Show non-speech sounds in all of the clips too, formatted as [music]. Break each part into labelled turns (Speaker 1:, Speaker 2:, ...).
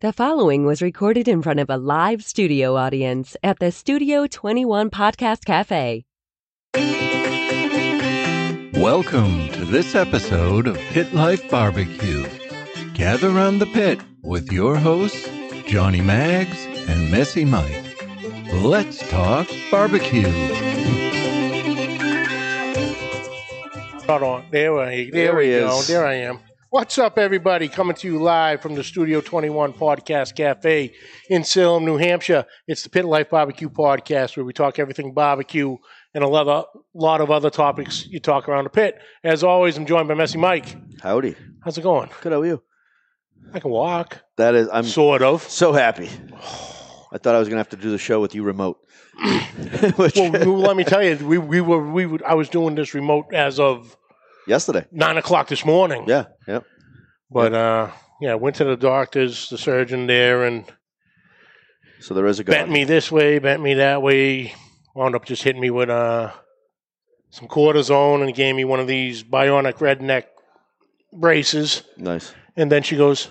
Speaker 1: The following was recorded in front of a live studio audience at the Studio 21 Podcast Cafe.
Speaker 2: Welcome to this episode of Pit Life Barbecue. Gather around the pit with your hosts, Johnny Mags and Messy Mike. Let's talk barbecue.
Speaker 3: Hold on. There I
Speaker 4: There
Speaker 3: there we
Speaker 4: he
Speaker 3: go.
Speaker 4: is.
Speaker 3: There I am. What's up, everybody? Coming to you live from the Studio 21 Podcast Cafe in Salem, New Hampshire. It's the Pit Life Barbecue Podcast where we talk everything barbecue and a lot of, lot of other topics you talk around the pit. As always, I'm joined by Messy Mike.
Speaker 4: Howdy.
Speaker 3: How's it going?
Speaker 4: Good, how are you?
Speaker 3: I can walk.
Speaker 4: That is, I'm so,
Speaker 3: Sort
Speaker 4: [laughs]
Speaker 3: of. [sighs]
Speaker 4: happy. I thought I was going to have to do the show with you remote. [laughs] Which,
Speaker 3: Well, let me tell you, we, we were we would, I was doing this remote as of
Speaker 4: [laughs] yesterday.
Speaker 3: nine o'clock this morning.
Speaker 4: Yeah, yeah.
Speaker 3: But uh, yeah, went to the doctor's, the surgeon there, and
Speaker 4: So there is a go.
Speaker 3: bent me this way, bent me that way. Wound up just hitting me with uh, some cortisone and gave me one of these bionic redneck braces.
Speaker 4: Nice.
Speaker 3: And then she goes,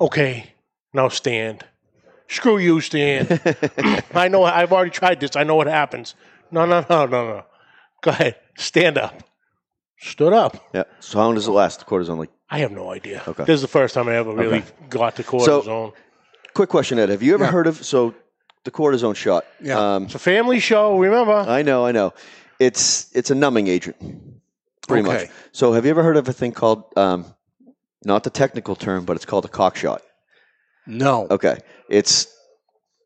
Speaker 3: "Okay, now stand. Screw you,
Speaker 4: [laughs]
Speaker 3: stand. I know. I've already tried this. I know what happens. No, no, no, no, no. Go ahead, stand up. Stood up.
Speaker 4: Yeah. So how long does it last? The cortisone. Like,
Speaker 3: I have no idea.
Speaker 4: Okay.
Speaker 3: This is the first time I ever really got the cortisone.
Speaker 4: quick question, Ed. Have you ever heard of so the cortisone shot? Yeah. Um,
Speaker 3: it's a family show. Remember?
Speaker 4: I know, I know. It's it's a numbing agent, pretty
Speaker 3: Okay.
Speaker 4: much. So have you ever heard of a thing called um, not the technical term, but it's called a cock shot?
Speaker 5: No.
Speaker 4: Okay, it's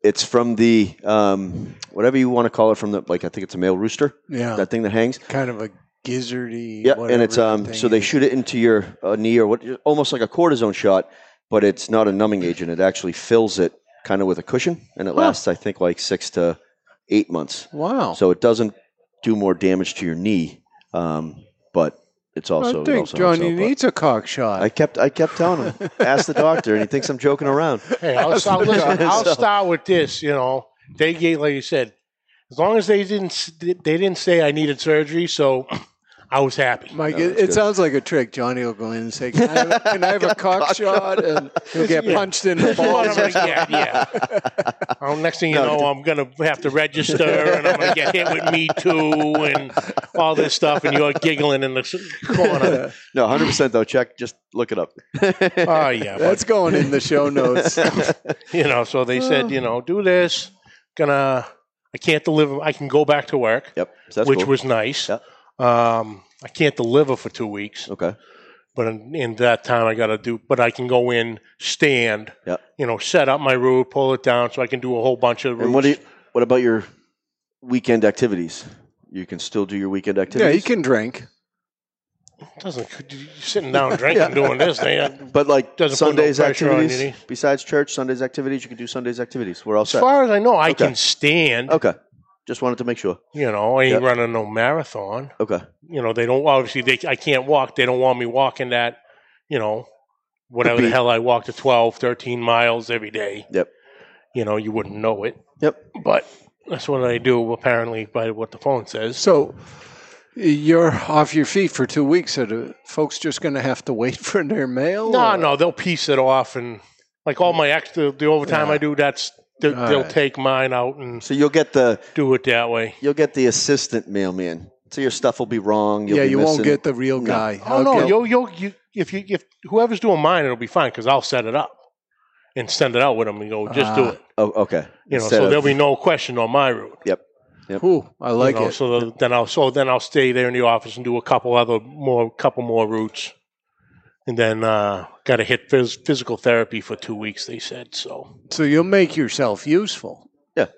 Speaker 4: it's from the um, whatever you want to call it from the like I think it's a male rooster
Speaker 5: Yeah.
Speaker 4: that thing that hangs.
Speaker 5: kind of a gizzardy.
Speaker 4: Yeah,
Speaker 5: whatever
Speaker 4: and it's
Speaker 5: that
Speaker 4: um
Speaker 5: thing
Speaker 4: so they
Speaker 5: is.
Speaker 4: shoot it into your uh, knee or what, almost like a cortisone shot, but it's not a numbing agent. It actually fills it kind of with a cushion, and it lasts I think like six to eight months.
Speaker 5: Wow.
Speaker 4: So it doesn't do more damage to your knee, um, but it's also.
Speaker 5: I
Speaker 4: it
Speaker 5: think
Speaker 4: also uh,
Speaker 5: Johnny
Speaker 4: helps out, but-
Speaker 5: needs a cock shot.
Speaker 4: I kept I kept telling him, ask the doctor, and he thinks I'm joking around.
Speaker 3: Hey, I'll, start, listen, I'll
Speaker 4: So-
Speaker 3: start with this. You know, they gave, like you said, as long as they didn't, s- they didn't say I needed surgery, so I was happy.
Speaker 4: [laughs]
Speaker 5: Mike,
Speaker 4: No,
Speaker 5: it,
Speaker 4: that's
Speaker 5: it
Speaker 4: good.
Speaker 5: sounds like a trick. Johnny will go in and say, "Can I have, can I have
Speaker 4: [laughs]
Speaker 5: a cock shot?" And he'll get punched in the
Speaker 3: What I'm
Speaker 5: balls.
Speaker 3: gonna get, yeah. Oh, next thing you know, I'm gonna have to register, and I'm gonna get hit with Me Too and all this stuff, and you're giggling in the s-
Speaker 4: [laughs]
Speaker 3: corner.
Speaker 4: No, 100 percent though. Check, just look it up.
Speaker 3: Oh yeah, but,
Speaker 5: That's going in
Speaker 4: [laughs]
Speaker 5: the show notes.
Speaker 3: you know. So they said, you know, do this. Gonna, I can't deliver. I can go back to work,
Speaker 4: Yep, so that's
Speaker 3: which
Speaker 4: cool.
Speaker 3: was nice.
Speaker 4: Yeah.
Speaker 3: Um, I can't deliver for two weeks.
Speaker 4: okay.
Speaker 3: But in, in that time, I got to do. But I can go in, stand,
Speaker 4: Yep.
Speaker 3: you know, set up my route, pull it down, so I can do a whole bunch of. Routes.
Speaker 4: And what do you, what about your weekend activities? You can still do your weekend
Speaker 5: yeah,
Speaker 4: activities.
Speaker 5: he can drink.
Speaker 3: Doesn't you're sitting down
Speaker 4: [laughs]
Speaker 3: drinking, doing this, man.
Speaker 4: But like
Speaker 3: Doesn't put no
Speaker 4: Sundays
Speaker 3: pressure on you,
Speaker 4: activities,
Speaker 3: do
Speaker 4: besides church Sundays activities, you can do Sundays activities. We're all
Speaker 3: As
Speaker 4: set.
Speaker 3: far as I know, I
Speaker 4: Okay.
Speaker 3: can stand.
Speaker 4: okay, just wanted to make sure.
Speaker 3: You know, I ain't
Speaker 4: Yep.
Speaker 3: running no marathon.
Speaker 4: Okay,
Speaker 3: You know, they don't obviously. They I can't walk. They don't want me walking that. You know, whatever the
Speaker 4: beat.
Speaker 3: hell I walk to 12, 13 miles every day.
Speaker 4: Yep.
Speaker 3: You know, you wouldn't know it,
Speaker 4: yep.
Speaker 3: but that's what I do apparently by what the phone says.
Speaker 5: So you're off your feet for two weeks. So the folks just going to have to wait [laughs] for their mail?
Speaker 3: No,
Speaker 5: or-
Speaker 3: no, they'll piece it off and like all my extra the overtime
Speaker 5: Yeah.
Speaker 3: I do, that's they'll,
Speaker 5: All
Speaker 3: they'll
Speaker 5: right.
Speaker 3: take mine out and
Speaker 4: So you'll get the
Speaker 3: do it that way.
Speaker 4: you'll get the assistant mailman. So your stuff will be wrong. You'll
Speaker 5: Yeah,
Speaker 4: be
Speaker 5: you won't
Speaker 4: missing-
Speaker 5: get the real
Speaker 4: No.
Speaker 5: guy.
Speaker 3: Oh no,
Speaker 5: Okay.
Speaker 3: you'll you'll you if you if whoever's doing mine, it'll be fine because I'll set it up and send it out with them and go just do
Speaker 5: Ah.
Speaker 3: it.
Speaker 4: Oh, okay.
Speaker 3: You know,
Speaker 4: Instead
Speaker 3: so
Speaker 4: of-
Speaker 3: there'll be no question on my route.
Speaker 5: Ooh, I like
Speaker 3: you know,
Speaker 5: it.
Speaker 3: So the- then I'll so then I'll stay there in the office and do a couple other more couple more routes, and then uh, got to hit phys- physical therapy for two weeks. They said so.
Speaker 5: so you'll make yourself useful.
Speaker 4: it's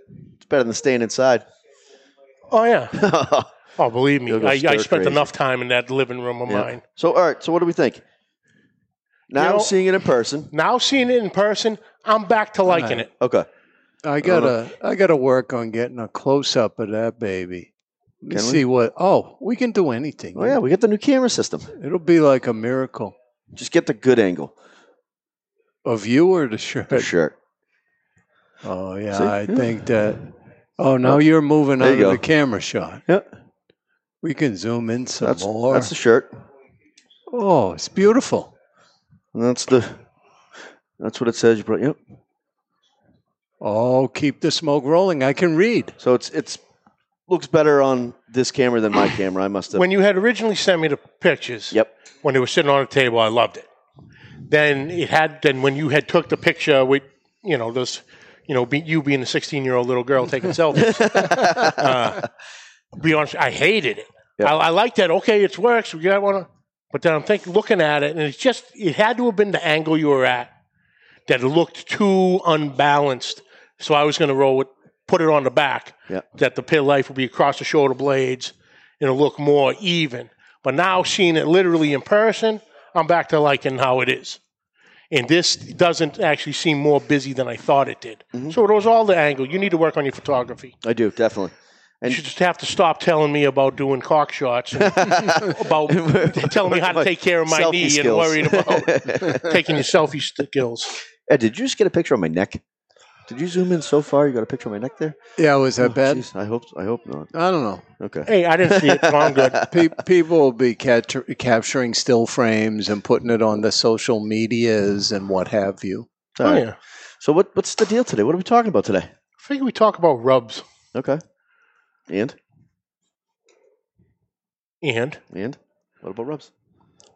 Speaker 4: better than staying inside. [laughs]
Speaker 3: Oh yeah. Oh, believe me,
Speaker 4: You'll go
Speaker 3: I, I
Speaker 4: stir
Speaker 3: spent
Speaker 4: crazy.
Speaker 3: enough time in that living room of
Speaker 4: Yeah.
Speaker 3: mine.
Speaker 4: So all right. So what do we think? Now
Speaker 3: You know-
Speaker 4: seeing it in person.
Speaker 3: Now seeing it in person, I'm back to liking
Speaker 5: Right.
Speaker 3: it.
Speaker 4: Okay.
Speaker 5: I gotta, I gotta work on getting a close up of that baby. Let me
Speaker 4: Can we?
Speaker 5: see what. Oh, we can do anything.
Speaker 4: Oh yeah, we get the new camera system.
Speaker 5: It'll be like a miracle
Speaker 4: Just get the good angle.
Speaker 5: of you or the shirt.
Speaker 4: [laughs] For sure.
Speaker 5: Oh yeah,
Speaker 4: See?
Speaker 5: I
Speaker 4: Yeah.
Speaker 5: think that. Oh, now you're moving
Speaker 4: There
Speaker 5: out
Speaker 4: you
Speaker 5: of the
Speaker 4: go.
Speaker 5: camera shot.
Speaker 4: Yeah.
Speaker 5: We can zoom in some
Speaker 4: That's
Speaker 5: more.
Speaker 4: that's the shirt.
Speaker 5: oh, it's beautiful.
Speaker 4: And that's the That's what it says. You put, yep.
Speaker 5: Oh, keep the smoke rolling. I can read.
Speaker 4: So it's it's looks better on this
Speaker 3: [coughs]
Speaker 4: camera than my camera. I must have.
Speaker 3: When you had originally sent me the pictures,
Speaker 4: yep.
Speaker 3: when they were sitting on a table, I loved it. Then it had. Then when you had took the picture with, you know, this, you know, be, you being a sixteen-year-old little girl taking selfies. uh, be honest, I hated it.
Speaker 4: Yep.
Speaker 3: I, I liked that. Okay, it works. We got one. But then I'm thinking, looking at it, and it's just it had to have been the angle you were at that it looked too unbalanced. So I was going to roll with put it on the back.
Speaker 4: Yep.
Speaker 3: That the pit life would be across the shoulder blades. It'll look more even. But now seeing it literally in person, I'm back to liking how it is. And this doesn't actually seem more busy than I thought it did.
Speaker 4: Mm-hmm.
Speaker 3: So it was all the angle. You need to work on your photography.
Speaker 4: I do definitely.
Speaker 3: You should just have to stop telling me about doing cock shots,
Speaker 4: [laughs]
Speaker 3: and about telling me how to take care of my
Speaker 4: Selfie
Speaker 3: knee and
Speaker 4: skills.
Speaker 3: worried
Speaker 4: [laughs]
Speaker 3: about taking your selfie skills.
Speaker 4: Ed, did you just get a picture of my neck? Did you zoom in so far? You got a picture of my neck there?
Speaker 5: Yeah, was that
Speaker 4: Oh,
Speaker 5: bad?
Speaker 4: jeez, I hope. I hope not.
Speaker 5: I don't know.
Speaker 4: Okay.
Speaker 3: Hey, I didn't see it, so I'm
Speaker 4: [laughs]
Speaker 3: good.
Speaker 5: Pe- people will be captur capturing still frames and putting it on the social medias and what have you.
Speaker 4: All
Speaker 3: Oh,
Speaker 4: right.
Speaker 3: yeah.
Speaker 4: So what what's the deal today? What are we talking about today?
Speaker 3: I figure we talk about rubs
Speaker 4: Okay. And
Speaker 3: and
Speaker 4: and what about rubs?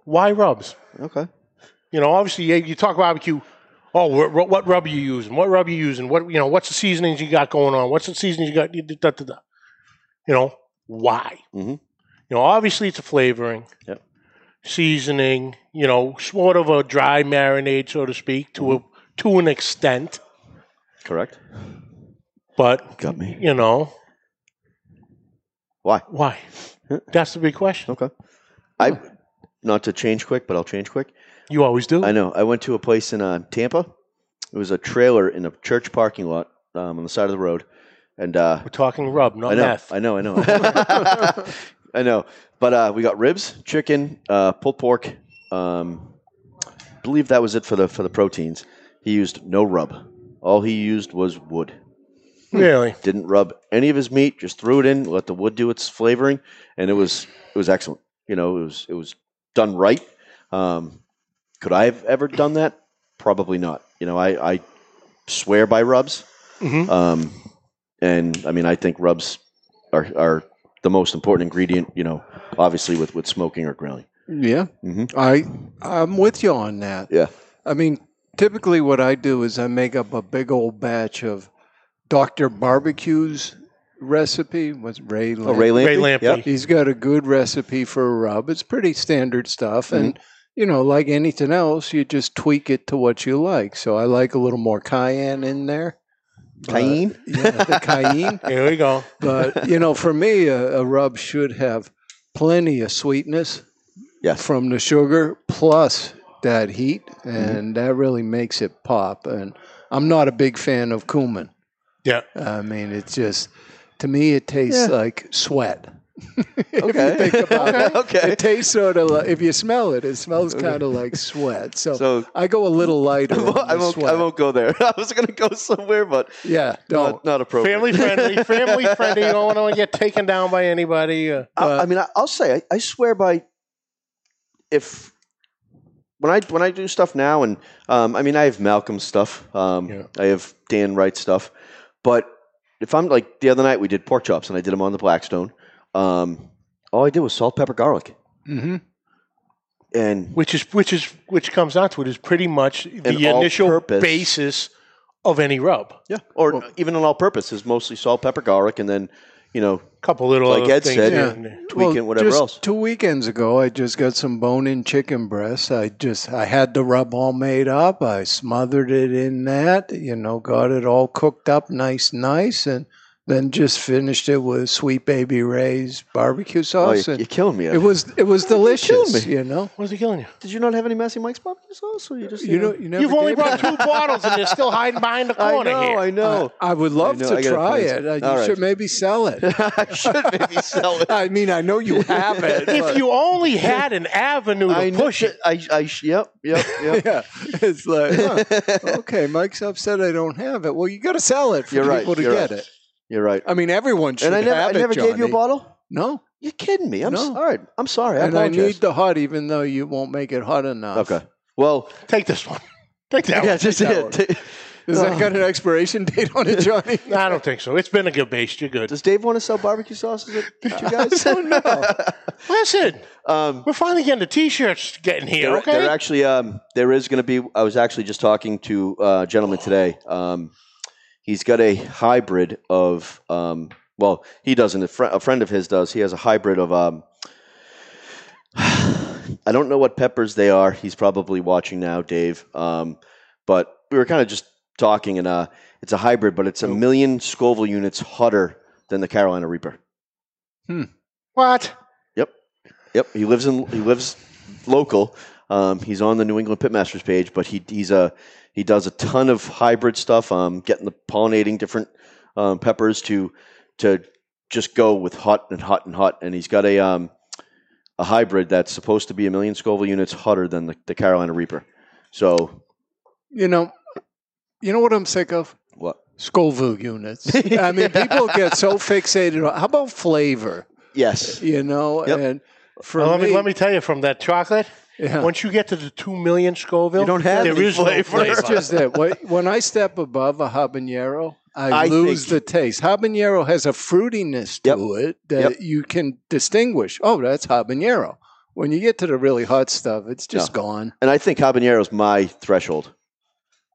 Speaker 3: why rubs?
Speaker 4: Okay.
Speaker 3: You know, obviously, yeah, you talk barbecue. Oh, wh- wh- what rub are you using? What rub are you using? What you know? What's the seasonings you got going on? What's the seasonings you got? Da, da, da, da. You know why?
Speaker 4: Mhm.
Speaker 3: You know, obviously, it's a flavoring,
Speaker 4: Yep.
Speaker 3: seasoning. You know, sort of a dry marinade, so to speak, to a to an extent.
Speaker 4: Correct.
Speaker 3: But
Speaker 4: Got me.
Speaker 3: you know
Speaker 4: Why? [laughs]
Speaker 3: why? That's the big question.
Speaker 4: Okay. I not to change quick, but I'll change quick.
Speaker 3: You always do.
Speaker 4: I know. I went to a place in uh, Tampa. It was a trailer in a church parking lot um, on the side of the road, and uh,
Speaker 3: We're talking rub, not
Speaker 4: I know,
Speaker 3: meth.
Speaker 4: I know, I know, [laughs] I know. But uh, we got ribs, chicken, uh, pulled pork. Um, believe that was it for the for the proteins. He used no rub. All he used was wood. [laughs]
Speaker 3: really?
Speaker 4: Didn't rub any of his meat. Just threw it in, let the wood do its flavoring, and it was it was excellent. You know, it was it was done right. Um, could I have ever done that? Probably not. You know, I, I swear by rubs.
Speaker 3: Mhm.
Speaker 4: Um, and I mean, I think rubs are, are the most important ingredient, you know, obviously with, with smoking or grilling.
Speaker 5: Yeah,
Speaker 4: Mhm.
Speaker 5: I I'm with you on that.
Speaker 4: Yeah.
Speaker 5: I mean, typically what I do is I make up a big old batch of Doctor Barbecue's recipe with Ray.
Speaker 4: Oh,
Speaker 5: Lamb.
Speaker 4: Ray Lampley?
Speaker 3: Ray Lampley.
Speaker 4: Yep.
Speaker 5: He's got a good recipe for a rub. It's pretty standard stuff,
Speaker 4: Mm-hmm.
Speaker 5: and you know, like anything else, you just tweak it to what you like. So I like a little more cayenne in there.
Speaker 4: Uh, [laughs]
Speaker 5: but-
Speaker 4: Cayenne?
Speaker 5: yeah, the
Speaker 4: [laughs]
Speaker 5: cayenne.
Speaker 3: Here we go.
Speaker 5: But you know, for me, a, a rub should have plenty of sweetness
Speaker 4: Yes. Mm-hmm.
Speaker 5: from the sugar plus that heat, and that really makes it pop. And I'm not a big fan of cumin.
Speaker 3: Yeah.
Speaker 5: I mean, it's just to me, it tastes
Speaker 4: Yeah.
Speaker 5: like sweat. [laughs] if
Speaker 4: Okay.
Speaker 5: you think about
Speaker 4: [laughs]
Speaker 5: it,
Speaker 4: Okay.
Speaker 5: it tastes sort of like if you smell it, it smells kind of like sweat. So,
Speaker 4: So-
Speaker 5: I go a little
Speaker 4: [laughs]
Speaker 5: lighter.
Speaker 4: I
Speaker 5: on
Speaker 4: won't,
Speaker 5: the
Speaker 4: I won't,
Speaker 5: sweat.
Speaker 4: I won't go there. [laughs] I was going to go somewhere, but
Speaker 5: Yeah, don't.
Speaker 4: not, not appropriate.
Speaker 3: Family friendly, family friendly. You don't
Speaker 4: [laughs]
Speaker 3: want to get taken down by anybody. Uh,
Speaker 4: I, I mean, I, I'll say, I, I swear by if when I when I do stuff now, and um, I mean, I have Malcolm's stuff, um,
Speaker 3: Yeah.
Speaker 4: I have Dan Wright stuff, but if I'm like the other night, we did pork chops, and I did them on the Blackstone. Um, all I did was salt, pepper, garlic,
Speaker 5: Mhm.
Speaker 4: and
Speaker 3: which is which is which comes down to it is pretty much the
Speaker 4: An
Speaker 3: initial
Speaker 4: all-purpose-
Speaker 3: basis of any rub.
Speaker 4: yeah, or even an all-purpose is mostly salt, pepper, garlic, and then you know,
Speaker 3: couple little
Speaker 4: Like
Speaker 3: other
Speaker 4: Ed
Speaker 3: things
Speaker 4: said,
Speaker 3: here
Speaker 4: yeah.
Speaker 3: and there.
Speaker 4: tweak it, whatever
Speaker 5: just
Speaker 4: else.
Speaker 5: Two weekends ago, I just got some bone-in chicken breasts. I just I had the rub all made up. I smothered it in that, you know, got it all cooked up, nice, nice, and then just finished it with sweet baby Ray's barbecue
Speaker 4: oh,
Speaker 5: sauce.
Speaker 4: you're,
Speaker 5: and
Speaker 4: you're killing me.
Speaker 5: it was it was
Speaker 4: killing
Speaker 5: delicious,
Speaker 4: me.
Speaker 5: you know.
Speaker 3: What is he killing you?
Speaker 4: did you not have any messy Mike's barbecue sauce? Or you just
Speaker 5: You know, you never
Speaker 3: You've only
Speaker 5: gave
Speaker 3: brought two
Speaker 4: [laughs]
Speaker 5: it-
Speaker 3: bottles and you're still hiding behind the
Speaker 4: I
Speaker 3: corner
Speaker 4: know,
Speaker 3: here.
Speaker 4: I know.
Speaker 5: I would love
Speaker 4: I know,
Speaker 5: to
Speaker 4: I gotta
Speaker 5: try
Speaker 4: find
Speaker 5: it.
Speaker 4: some.
Speaker 5: Uh, You
Speaker 4: All right.
Speaker 5: should maybe
Speaker 4: [laughs]
Speaker 5: sell it.
Speaker 4: I should maybe sell it.
Speaker 5: [laughs] I mean, I know you
Speaker 4: [laughs]
Speaker 5: have it.
Speaker 3: if
Speaker 5: but-
Speaker 3: you only had an avenue to
Speaker 4: I know
Speaker 3: push it,
Speaker 4: that- I, I, sh- yep,
Speaker 5: [laughs]
Speaker 4: yep, yep.
Speaker 5: yeah, it's like,
Speaker 4: [laughs]
Speaker 5: huh, okay, Mike's upset I don't have it. Well, you got to sell it for
Speaker 4: You're right,
Speaker 5: people to
Speaker 4: you're
Speaker 5: get
Speaker 4: right.
Speaker 5: it.
Speaker 4: You're right.
Speaker 5: I mean, everyone should
Speaker 4: And I never, I
Speaker 5: have it.
Speaker 4: never gave you a
Speaker 5: Johnny.
Speaker 4: bottle.
Speaker 5: No,
Speaker 4: You're kidding me. I'm
Speaker 5: No.
Speaker 4: sorry. I'm sorry. I
Speaker 5: and I
Speaker 4: apologize.
Speaker 5: need the hot, even though you won't make it hot enough.
Speaker 4: okay. Well,
Speaker 3: take this one. [laughs] Take that
Speaker 4: yeah,
Speaker 3: one.
Speaker 4: just
Speaker 5: that
Speaker 4: yeah,
Speaker 5: one.
Speaker 4: t-
Speaker 5: Is
Speaker 4: Oh.
Speaker 5: that got an expiration date on it, Johnny?
Speaker 3: No, I don't think so. It's been a good base. You're good.
Speaker 4: [laughs] Does Dave want to sell barbecue sauces at at you [laughs] guys?
Speaker 5: Oh, no.
Speaker 3: Listen,
Speaker 4: Um,
Speaker 3: we're finally getting the t-shirts getting here.
Speaker 4: there,
Speaker 3: okay.
Speaker 4: there actually, um, there is going to be. I was actually just talking to uh, a gentleman today. Um, he's got a hybrid of. Um, well, he doesn't. A, fri a friend of his does. He has a hybrid of. Um, [sighs] I don't know what peppers they are. He's probably watching now, Dave. Um, but we were kind of just talking, and uh, it's a hybrid, but it's a million Scoville units hotter than the Carolina Reaper.
Speaker 3: what?
Speaker 4: Yep, he lives in he lives local. Um, he's on the New England Pitmasters page, but he he's a he does a ton of hybrid stuff. Um, getting the pollinating different um, peppers to to just go with hot and hot and hot. And he's got a um, a hybrid that's supposed to be a million Scoville units hotter than the, the Carolina Reaper. So
Speaker 5: You know, you know what I'm sick of?
Speaker 4: what? [laughs]
Speaker 5: Scoville units. I mean, people get so fixated. on How about flavor?
Speaker 4: Yes,
Speaker 5: You know,
Speaker 4: Yep.
Speaker 5: and for
Speaker 3: Well, let me,
Speaker 5: me,
Speaker 3: let me tell you from that chocolate.
Speaker 5: yeah.
Speaker 3: Once you get to the two million Scoville,
Speaker 4: You don't have
Speaker 3: there
Speaker 4: any
Speaker 3: is no
Speaker 4: flavor. [laughs]
Speaker 3: flavor.
Speaker 5: It's just that when- when I step above a habanero,
Speaker 4: I
Speaker 5: I, lose
Speaker 4: think-
Speaker 5: the taste. Habanero has a fruitiness to it that
Speaker 4: Yep.
Speaker 5: you can distinguish. Oh, that's habanero. When you get to the really hot stuff, it's just
Speaker 4: No.
Speaker 5: gone.
Speaker 4: and I think habanero is my threshold.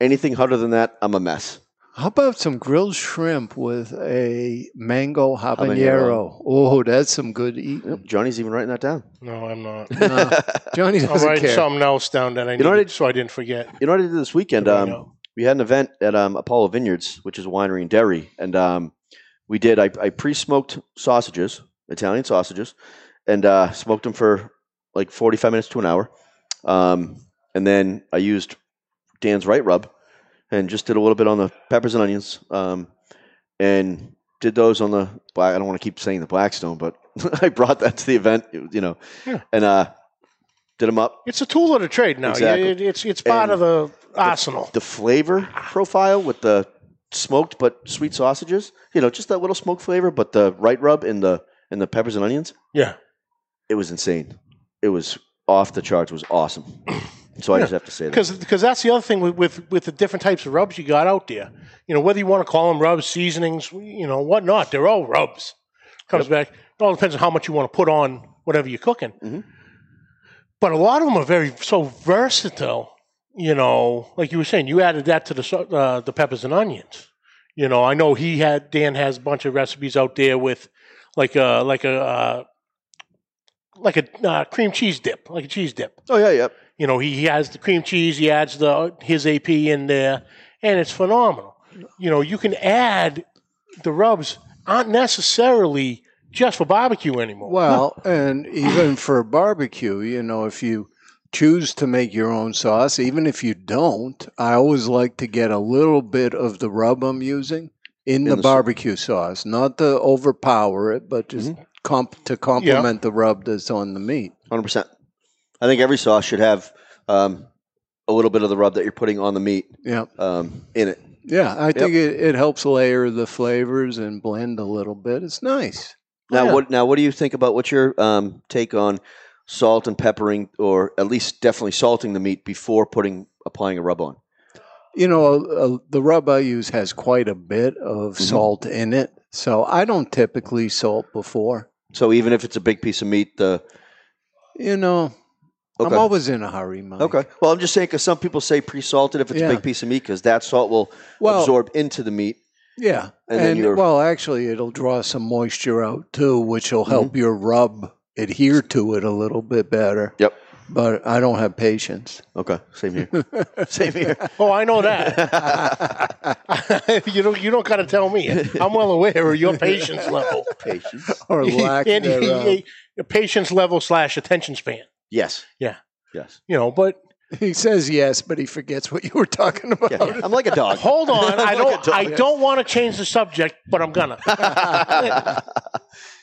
Speaker 4: Anything hotter than that, I'm a mess.
Speaker 5: How about some grilled shrimp with a mango
Speaker 4: Habanero.
Speaker 5: habanero? Oh, that's some good eating.
Speaker 4: [laughs] Yep, Johnny's even writing that down. [laughs]
Speaker 3: no, I'm not.
Speaker 5: No, Johnny
Speaker 3: I'll
Speaker 5: doesn't
Speaker 3: write
Speaker 5: care.
Speaker 3: something else down that I
Speaker 4: know what
Speaker 3: needed
Speaker 4: I-
Speaker 3: so I didn't forget.
Speaker 4: You know what I did this weekend?
Speaker 3: There
Speaker 4: Um,
Speaker 3: we go.
Speaker 4: we had an event at um, Apollo Vineyards, which is a winery in Derry, and um, we did. I, I pre-smoked sausages, Italian sausages, and uh, smoked them for like forty-five minutes to an hour, um, and then I used Dan's right rub, and just did a little bit on the peppers and onions, um, and did those on the black. I don't want to keep saying the Blackstone, but [laughs] I brought that to the event, you know,
Speaker 3: Yeah.
Speaker 4: and uh, did them up.
Speaker 3: It's a tool of the trade now.
Speaker 4: Exactly.
Speaker 3: It- it's it's part of
Speaker 4: And
Speaker 3: the arsenal.
Speaker 4: the flavor profile with the smoked but sweet sausages. You know, just that little smoke flavor, but the right rub and the and the peppers and onions.
Speaker 3: yeah.
Speaker 4: It was insane. It was off the charts. It was awesome. [clears throat] So I just have to say that.
Speaker 3: Because that's the other thing with, with with the different types of rubs you got out there. You know, whether you want to call them rubs, seasonings, you know, whatnot, they're all rubs. Comes back. It all depends on how much you want to put on whatever you're cooking.
Speaker 4: Mhm.
Speaker 3: But a lot of them are very so versatile. You know, like you were saying, you added that to the sau- uh, the peppers and onions. You know, I know he had Dan has a bunch of recipes out there with like a like a uh, like a uh, cream cheese dip, like a cheese dip
Speaker 4: Oh yeah, yeah.
Speaker 3: you know he, he has the cream cheese he adds the his ap in there and it's phenomenal you know you can add the rubs aren't necessarily just for barbecue
Speaker 5: [laughs]
Speaker 3: anymore
Speaker 5: Well, and even for barbecue, you know, if you choose to make your own sauce, even if you don't, I always like to get a little bit of the rub I'm using in, the,
Speaker 4: the sauce.
Speaker 5: barbecue sauce, not to overpower it, but just comp- to complement the rub that's on the meat.
Speaker 4: Hundred percent. I think every sauce should have um, a little bit of the rub that you're putting on the meat
Speaker 5: Yeah.
Speaker 4: um, in it.
Speaker 5: Yeah, I think it, it helps layer the flavors and blend a little bit. It's nice.
Speaker 4: Now
Speaker 3: Yeah.
Speaker 4: what? Now what do you think about what's your um, take on salt and peppering, or at least definitely salting the meat before putting applying a rub on?
Speaker 5: you know, uh, the rub I use has quite a bit of
Speaker 4: Mhm.
Speaker 5: salt in it, so I don't typically salt before.
Speaker 4: So even if it's a big piece of meat, the
Speaker 5: You know,
Speaker 4: okay.
Speaker 5: I'm always in a hurry, Mike.
Speaker 4: okay. Well, I'm just saying because some people say pre-salted if it's a
Speaker 5: Yeah.
Speaker 4: big piece of meat because that salt will
Speaker 5: Well,
Speaker 4: absorb into the meat.
Speaker 5: yeah,
Speaker 4: and
Speaker 5: and,
Speaker 4: then you're-
Speaker 5: well, actually, it'll draw some moisture out too, which will help
Speaker 4: Mm-hmm.
Speaker 5: your rub adhere to it a little bit better.
Speaker 4: Yep.
Speaker 5: But I don't have patience.
Speaker 4: Okay. Same
Speaker 5: [laughs]
Speaker 4: here. Same here.
Speaker 3: oh i know
Speaker 4: [laughs]
Speaker 3: that [laughs] you don't you don't gotta tell me i'm well aware of your patience level
Speaker 4: Patience. [laughs]
Speaker 5: Or lack
Speaker 3: And
Speaker 5: thereof.
Speaker 3: he- he- patience level slash attention span
Speaker 4: Yes.
Speaker 3: Yeah.
Speaker 4: Yes.
Speaker 3: you know but
Speaker 5: He says yes, but he forgets what you were talking about.
Speaker 4: Yeah. I'm like a dog.
Speaker 3: hold
Speaker 4: [laughs]
Speaker 3: on i
Speaker 4: Like a
Speaker 3: don't
Speaker 4: dog.
Speaker 3: i don't want to change the subject but i'm gonna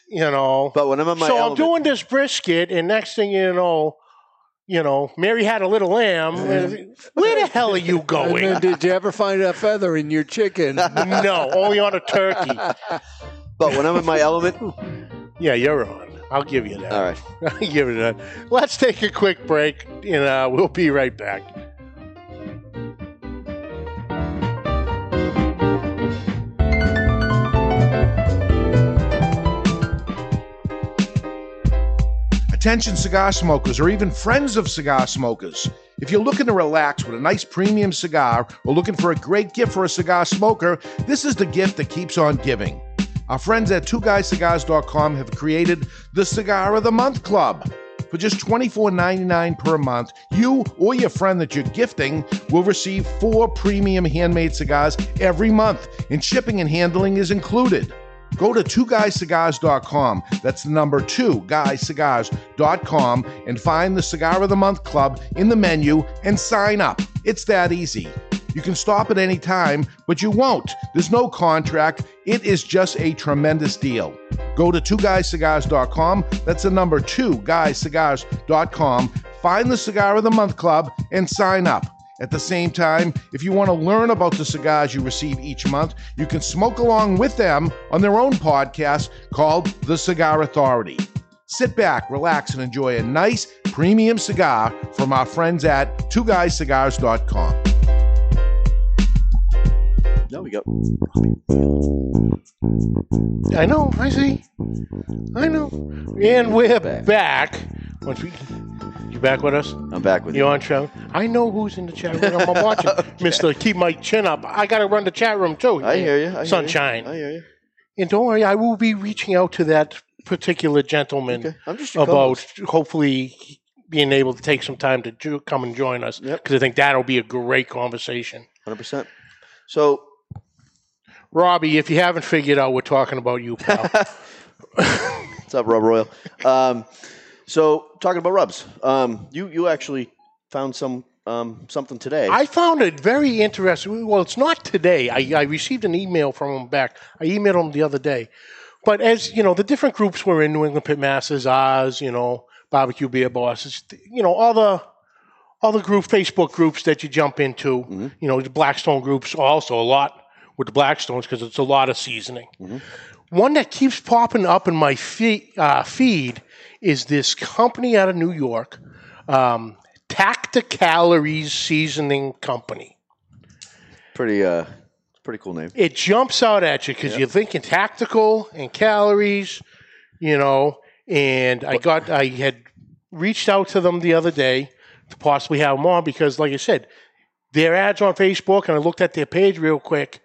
Speaker 3: you know
Speaker 4: [laughs] but when I'm on my
Speaker 3: so I'm
Speaker 4: element-
Speaker 3: doing this brisket, and next thing you know, you know, Mary had a little lamb. and- Where the hell are you
Speaker 4: Oh,
Speaker 5: And
Speaker 3: going? [laughs]
Speaker 5: then, did you ever find a feather in your
Speaker 4: [laughs]
Speaker 5: chicken?
Speaker 3: no, only on a turkey.
Speaker 4: but when I'm in my element, all
Speaker 3: Yeah, you're on. I'll give you that.
Speaker 4: right.
Speaker 3: I'll [laughs] give you that. Let's take a quick break, and uh, we'll be right back.
Speaker 6: Attention cigar smokers or even friends of cigar smokers. If you're looking to relax with a nice premium cigar or looking for a great gift for a cigar smoker, this is the gift that keeps on giving. Our friends at twoguyscigars.com have created the Cigar of the Month Club. For just $24.99 per month, you or your friend that you're gifting will receive four premium handmade cigars every month, and shipping and handling is included. Go to twoguyscigars.com. That's the number two, guyscigars.com, and find the Cigar of the Month Club in the menu and sign up. It's that easy. You can stop at any time, but you won't. There's no contract. It is just a tremendous deal. Go to twoguyscigars.com. That's the number two, guyscigars.com. Find the Cigar of the Month Club and sign up. At the same time, if you want to learn about the cigars you receive each month, you can smoke along with them on their own podcast called The Cigar Authority. Sit back, relax, and enjoy a nice premium cigar from our friends at twoguyscigars.com.
Speaker 4: No, we got
Speaker 3: I know. I see. I know. And we're back. Once we, you back with us?
Speaker 4: I'm back with
Speaker 3: You
Speaker 4: you.
Speaker 3: on show? I know who's in the chat room. I'm [laughs] watching, Mister. Keep my chin up. I gotta run the chat room too.
Speaker 4: I hear you. I hear you.
Speaker 3: Sunshine.
Speaker 4: I hear you.
Speaker 3: And don't worry, I will be reaching out to that particular gentleman
Speaker 4: Okay. I'm just your
Speaker 3: about
Speaker 4: co-host.
Speaker 3: hopefully being able to take some time to ju- come and join us because
Speaker 4: Yep.
Speaker 3: I think that'll be a great conversation.
Speaker 4: 100%. So,
Speaker 3: Robbie, if you haven't figured out, we're talking about you, pal.
Speaker 4: what's up, Rub Royal? Um, so, talking about rubs, um, you, you actually found some um, something today.
Speaker 3: I found it very interesting. Well, it's not today. I, I received an email from him back. I emailed him the other day. But as you know, the different groups were in New England Pit Masters, ours, you know, barbecue beer bosses, you know, all the all the group Facebook groups that you jump into. You know, the Blackstone groups also a lot with the Blackstones because it's a lot of seasoning. One that keeps popping up in my fee- uh, feed is this company out of New York um, Tacticalories Seasoning Company.
Speaker 4: pretty, uh, pretty cool name.
Speaker 3: It jumps out at you because you're thinking tactical and calories, you know. And I got, I had reached out to them the other day to possibly have them on because, like I said, their ads on Facebook, and I looked at their page real quick.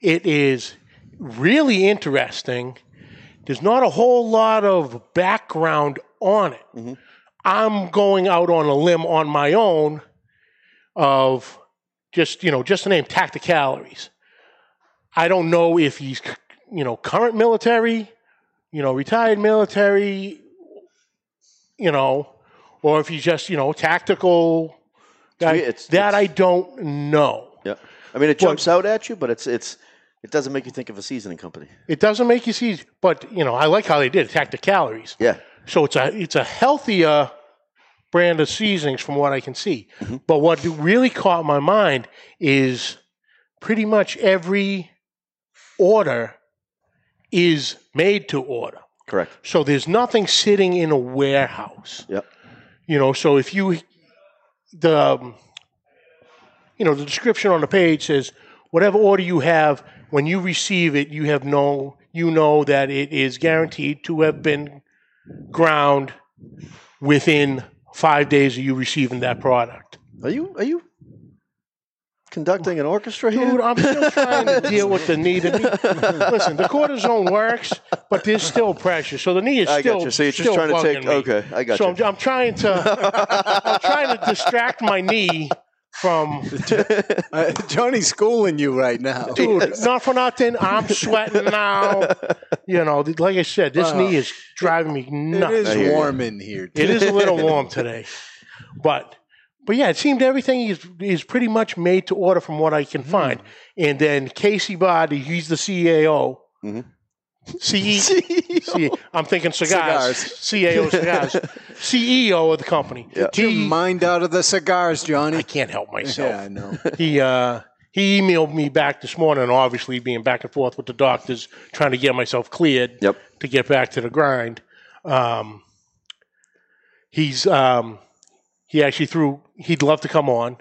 Speaker 3: It is really interesting. There's not a whole lot of background on it.
Speaker 4: Mm-hmm.
Speaker 3: I'm going out on a limb on my own of just, you know, just the name Tacticalories. I don't know if he's, you know, current military, you know, retired military, you know, or if he's just, you know, tactical guy.
Speaker 4: It's-
Speaker 3: that
Speaker 4: it's-
Speaker 3: I don't know.
Speaker 4: Yeah. I mean, it jumps out at you, but it's, it's, it doesn't make you think of a seasoning company.
Speaker 3: It doesn't make you see, but you know, I like how they did attack the calories.
Speaker 4: Yeah.
Speaker 3: So it's a it's a healthier brand of seasonings from what I can see. But what really caught my mind is pretty much every order is made to order.
Speaker 4: Correct.
Speaker 3: So there's nothing sitting in a warehouse.
Speaker 4: Yep.
Speaker 3: You know, so if you the um, you know the description on the page says whatever order you have when you receive it, you have no you know that it is guaranteed to have been ground within five days of you receiving that product.
Speaker 4: Are you, are you conducting an orchestra here?
Speaker 3: Dude, I'm still trying to deal with the knee. The
Speaker 4: [laughs]
Speaker 3: knee listen, the cortisone works, but there's still pressure. So the knee is
Speaker 4: I
Speaker 3: still.
Speaker 4: got you. So you're just
Speaker 3: still
Speaker 4: trying to take.
Speaker 3: bugging me.
Speaker 4: Okay, I got
Speaker 3: so
Speaker 4: you.
Speaker 3: I'm, I'm trying to I'm trying to distract my knee
Speaker 4: [laughs]
Speaker 3: from
Speaker 5: Uh, Johnny's schooling you right now.
Speaker 3: dude. Not for nothing, I'm sweating now. You know, th- like I said, this
Speaker 5: Wow.
Speaker 3: knee is driving me
Speaker 5: It
Speaker 3: nuts.
Speaker 5: is
Speaker 4: I hear you.
Speaker 5: warm in here.
Speaker 3: It is a
Speaker 5: [laughs]
Speaker 3: little warm today, but but yeah, it seemed everything is is pretty much made to order from what I can
Speaker 5: Mm-hmm.
Speaker 3: find. And then Casey Body, he's the CEO.
Speaker 5: Mm-hmm.
Speaker 4: Mhm.
Speaker 5: [laughs]
Speaker 3: CE, C- E I'm thinking cigars.
Speaker 5: E
Speaker 3: CAO
Speaker 5: Cigars.
Speaker 3: cigars.
Speaker 5: [laughs]
Speaker 3: CEO of the company.
Speaker 4: Yeah.
Speaker 5: Get your
Speaker 3: He-
Speaker 5: mind out of the cigars,
Speaker 3: I
Speaker 5: Johnny.
Speaker 3: can't help myself.
Speaker 5: Yeah, I know.
Speaker 3: [laughs] He uh, he emailed me back this morning. Obviously, being back and forth with the doctors, trying to get myself cleared
Speaker 4: Yep.
Speaker 3: to get back to the grind. Um, he's um, he actually threw. He'd love to come on.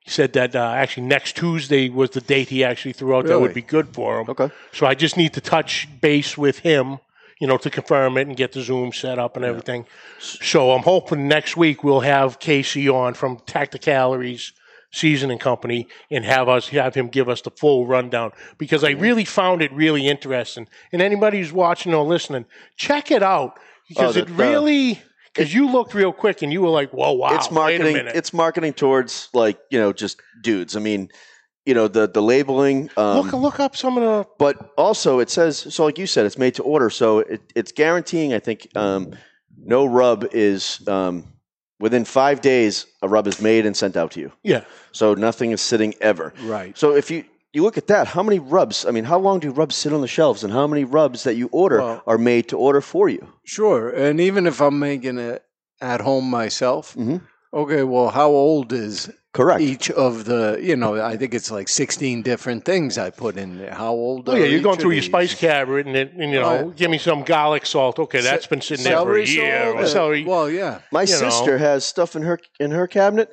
Speaker 3: He said that uh, actually next Tuesday was the date he actually threw out that
Speaker 5: Really?
Speaker 3: would be good for him.
Speaker 4: Okay.
Speaker 3: So I just need to touch base with him you know, to confirm it and get the Zoom set up and everything. So I'm hoping next week we'll have Casey on from Tacticalories Seasoning Company and have us have him give us the full rundown because I really found it really interesting. And anybody who's watching or listening, check it out because
Speaker 4: the-
Speaker 3: it
Speaker 4: the-
Speaker 3: really. Because you looked real quick and you were like, "Whoa, wow!"
Speaker 4: it's marketing.
Speaker 3: Wait a minute.
Speaker 4: It's marketing towards like you know just dudes. I mean, you know the the labeling. Um,
Speaker 3: look, look up some of the
Speaker 4: but also it says so like you said it's made to order so it, it's guaranteeing i think um, no rub is um, within five days a rub is made and sent out to you
Speaker 3: yeah.
Speaker 4: so nothing is sitting ever
Speaker 5: Right.
Speaker 4: so if you you look at that how many rubs i mean how long do rubs sit on the shelves and how many rubs that you order
Speaker 5: Well-
Speaker 4: are made to order for you
Speaker 5: Sure. And even if I'm making it at home myself,
Speaker 3: Mm-hmm.
Speaker 4: Mhm.
Speaker 5: okay, well, how old is
Speaker 4: correct
Speaker 5: each of the, you know, I think it's like 16 different things I put in there. How old
Speaker 3: Oh
Speaker 5: are
Speaker 3: yeah, you're going
Speaker 5: each of
Speaker 3: through your
Speaker 5: these?
Speaker 3: spice cabinet and, it, and you know,
Speaker 5: uh, Oh, yeah.
Speaker 3: give me some garlic salt. Okay,
Speaker 5: Sa-
Speaker 3: that's been sitting there for a
Speaker 5: Celery
Speaker 3: year.
Speaker 5: salt,
Speaker 3: Or
Speaker 5: uh,
Speaker 3: celery.
Speaker 5: Well, yeah.
Speaker 4: my
Speaker 3: you know.
Speaker 4: sister has stuff in her in her cabinet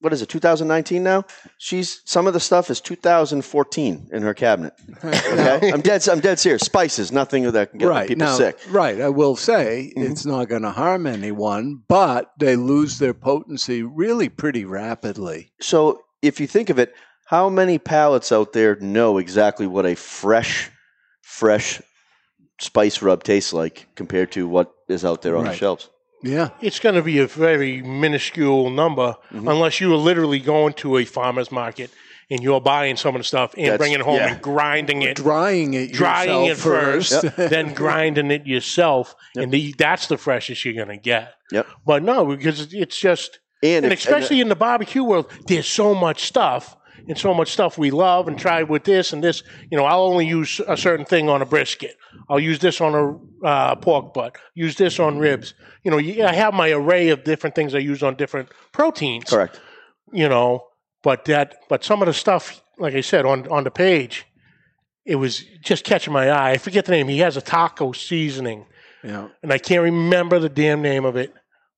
Speaker 4: what is it 2019 now she's some of the stuff is 2014 in her
Speaker 5: [laughs]
Speaker 4: cabinet Okay, I'm dead. I'm dead serious. Spices, nothing that can get
Speaker 5: right
Speaker 4: people
Speaker 5: now,
Speaker 4: sick.
Speaker 5: right. I will say
Speaker 3: Mm-hmm.
Speaker 4: Mhm.
Speaker 5: it's not going to harm anyone, but they lose their potency really pretty rapidly.
Speaker 4: So if you think of it, how many palates out there know exactly what a fresh, fresh spice rub tastes like compared to what is out there on the
Speaker 5: Right.
Speaker 4: shelves?
Speaker 5: Yeah,
Speaker 3: it's going to be a very minuscule number
Speaker 4: Mhm.
Speaker 3: unless you are literally going to a farmer's market and you're buying some of the stuff and
Speaker 4: That's-
Speaker 3: bringing it home
Speaker 4: yeah.
Speaker 3: and grinding it,
Speaker 5: drying it,
Speaker 3: drying
Speaker 5: yourself
Speaker 3: it first, [laughs] then grinding it yourself,
Speaker 4: Yep.
Speaker 3: and the, that's the freshest you're going to get.
Speaker 4: Yep.
Speaker 3: But no, because it's just
Speaker 4: And,
Speaker 3: and
Speaker 4: if-
Speaker 3: especially in the barbecue world, there's so much stuff and so much stuff we love and try with this and this. You know, I'll only use a certain thing on a brisket. I'll use this on a uh, pork butt. Use this on ribs. You know, you- I have my array of different things I use on different proteins.
Speaker 4: uh, correct.
Speaker 3: You know, but that, but some of the stuff, like I said on on the page, it was just catching my eye. I forget the name. He has a taco seasoning,
Speaker 5: Yeah.
Speaker 3: and I can't remember the damn name of it.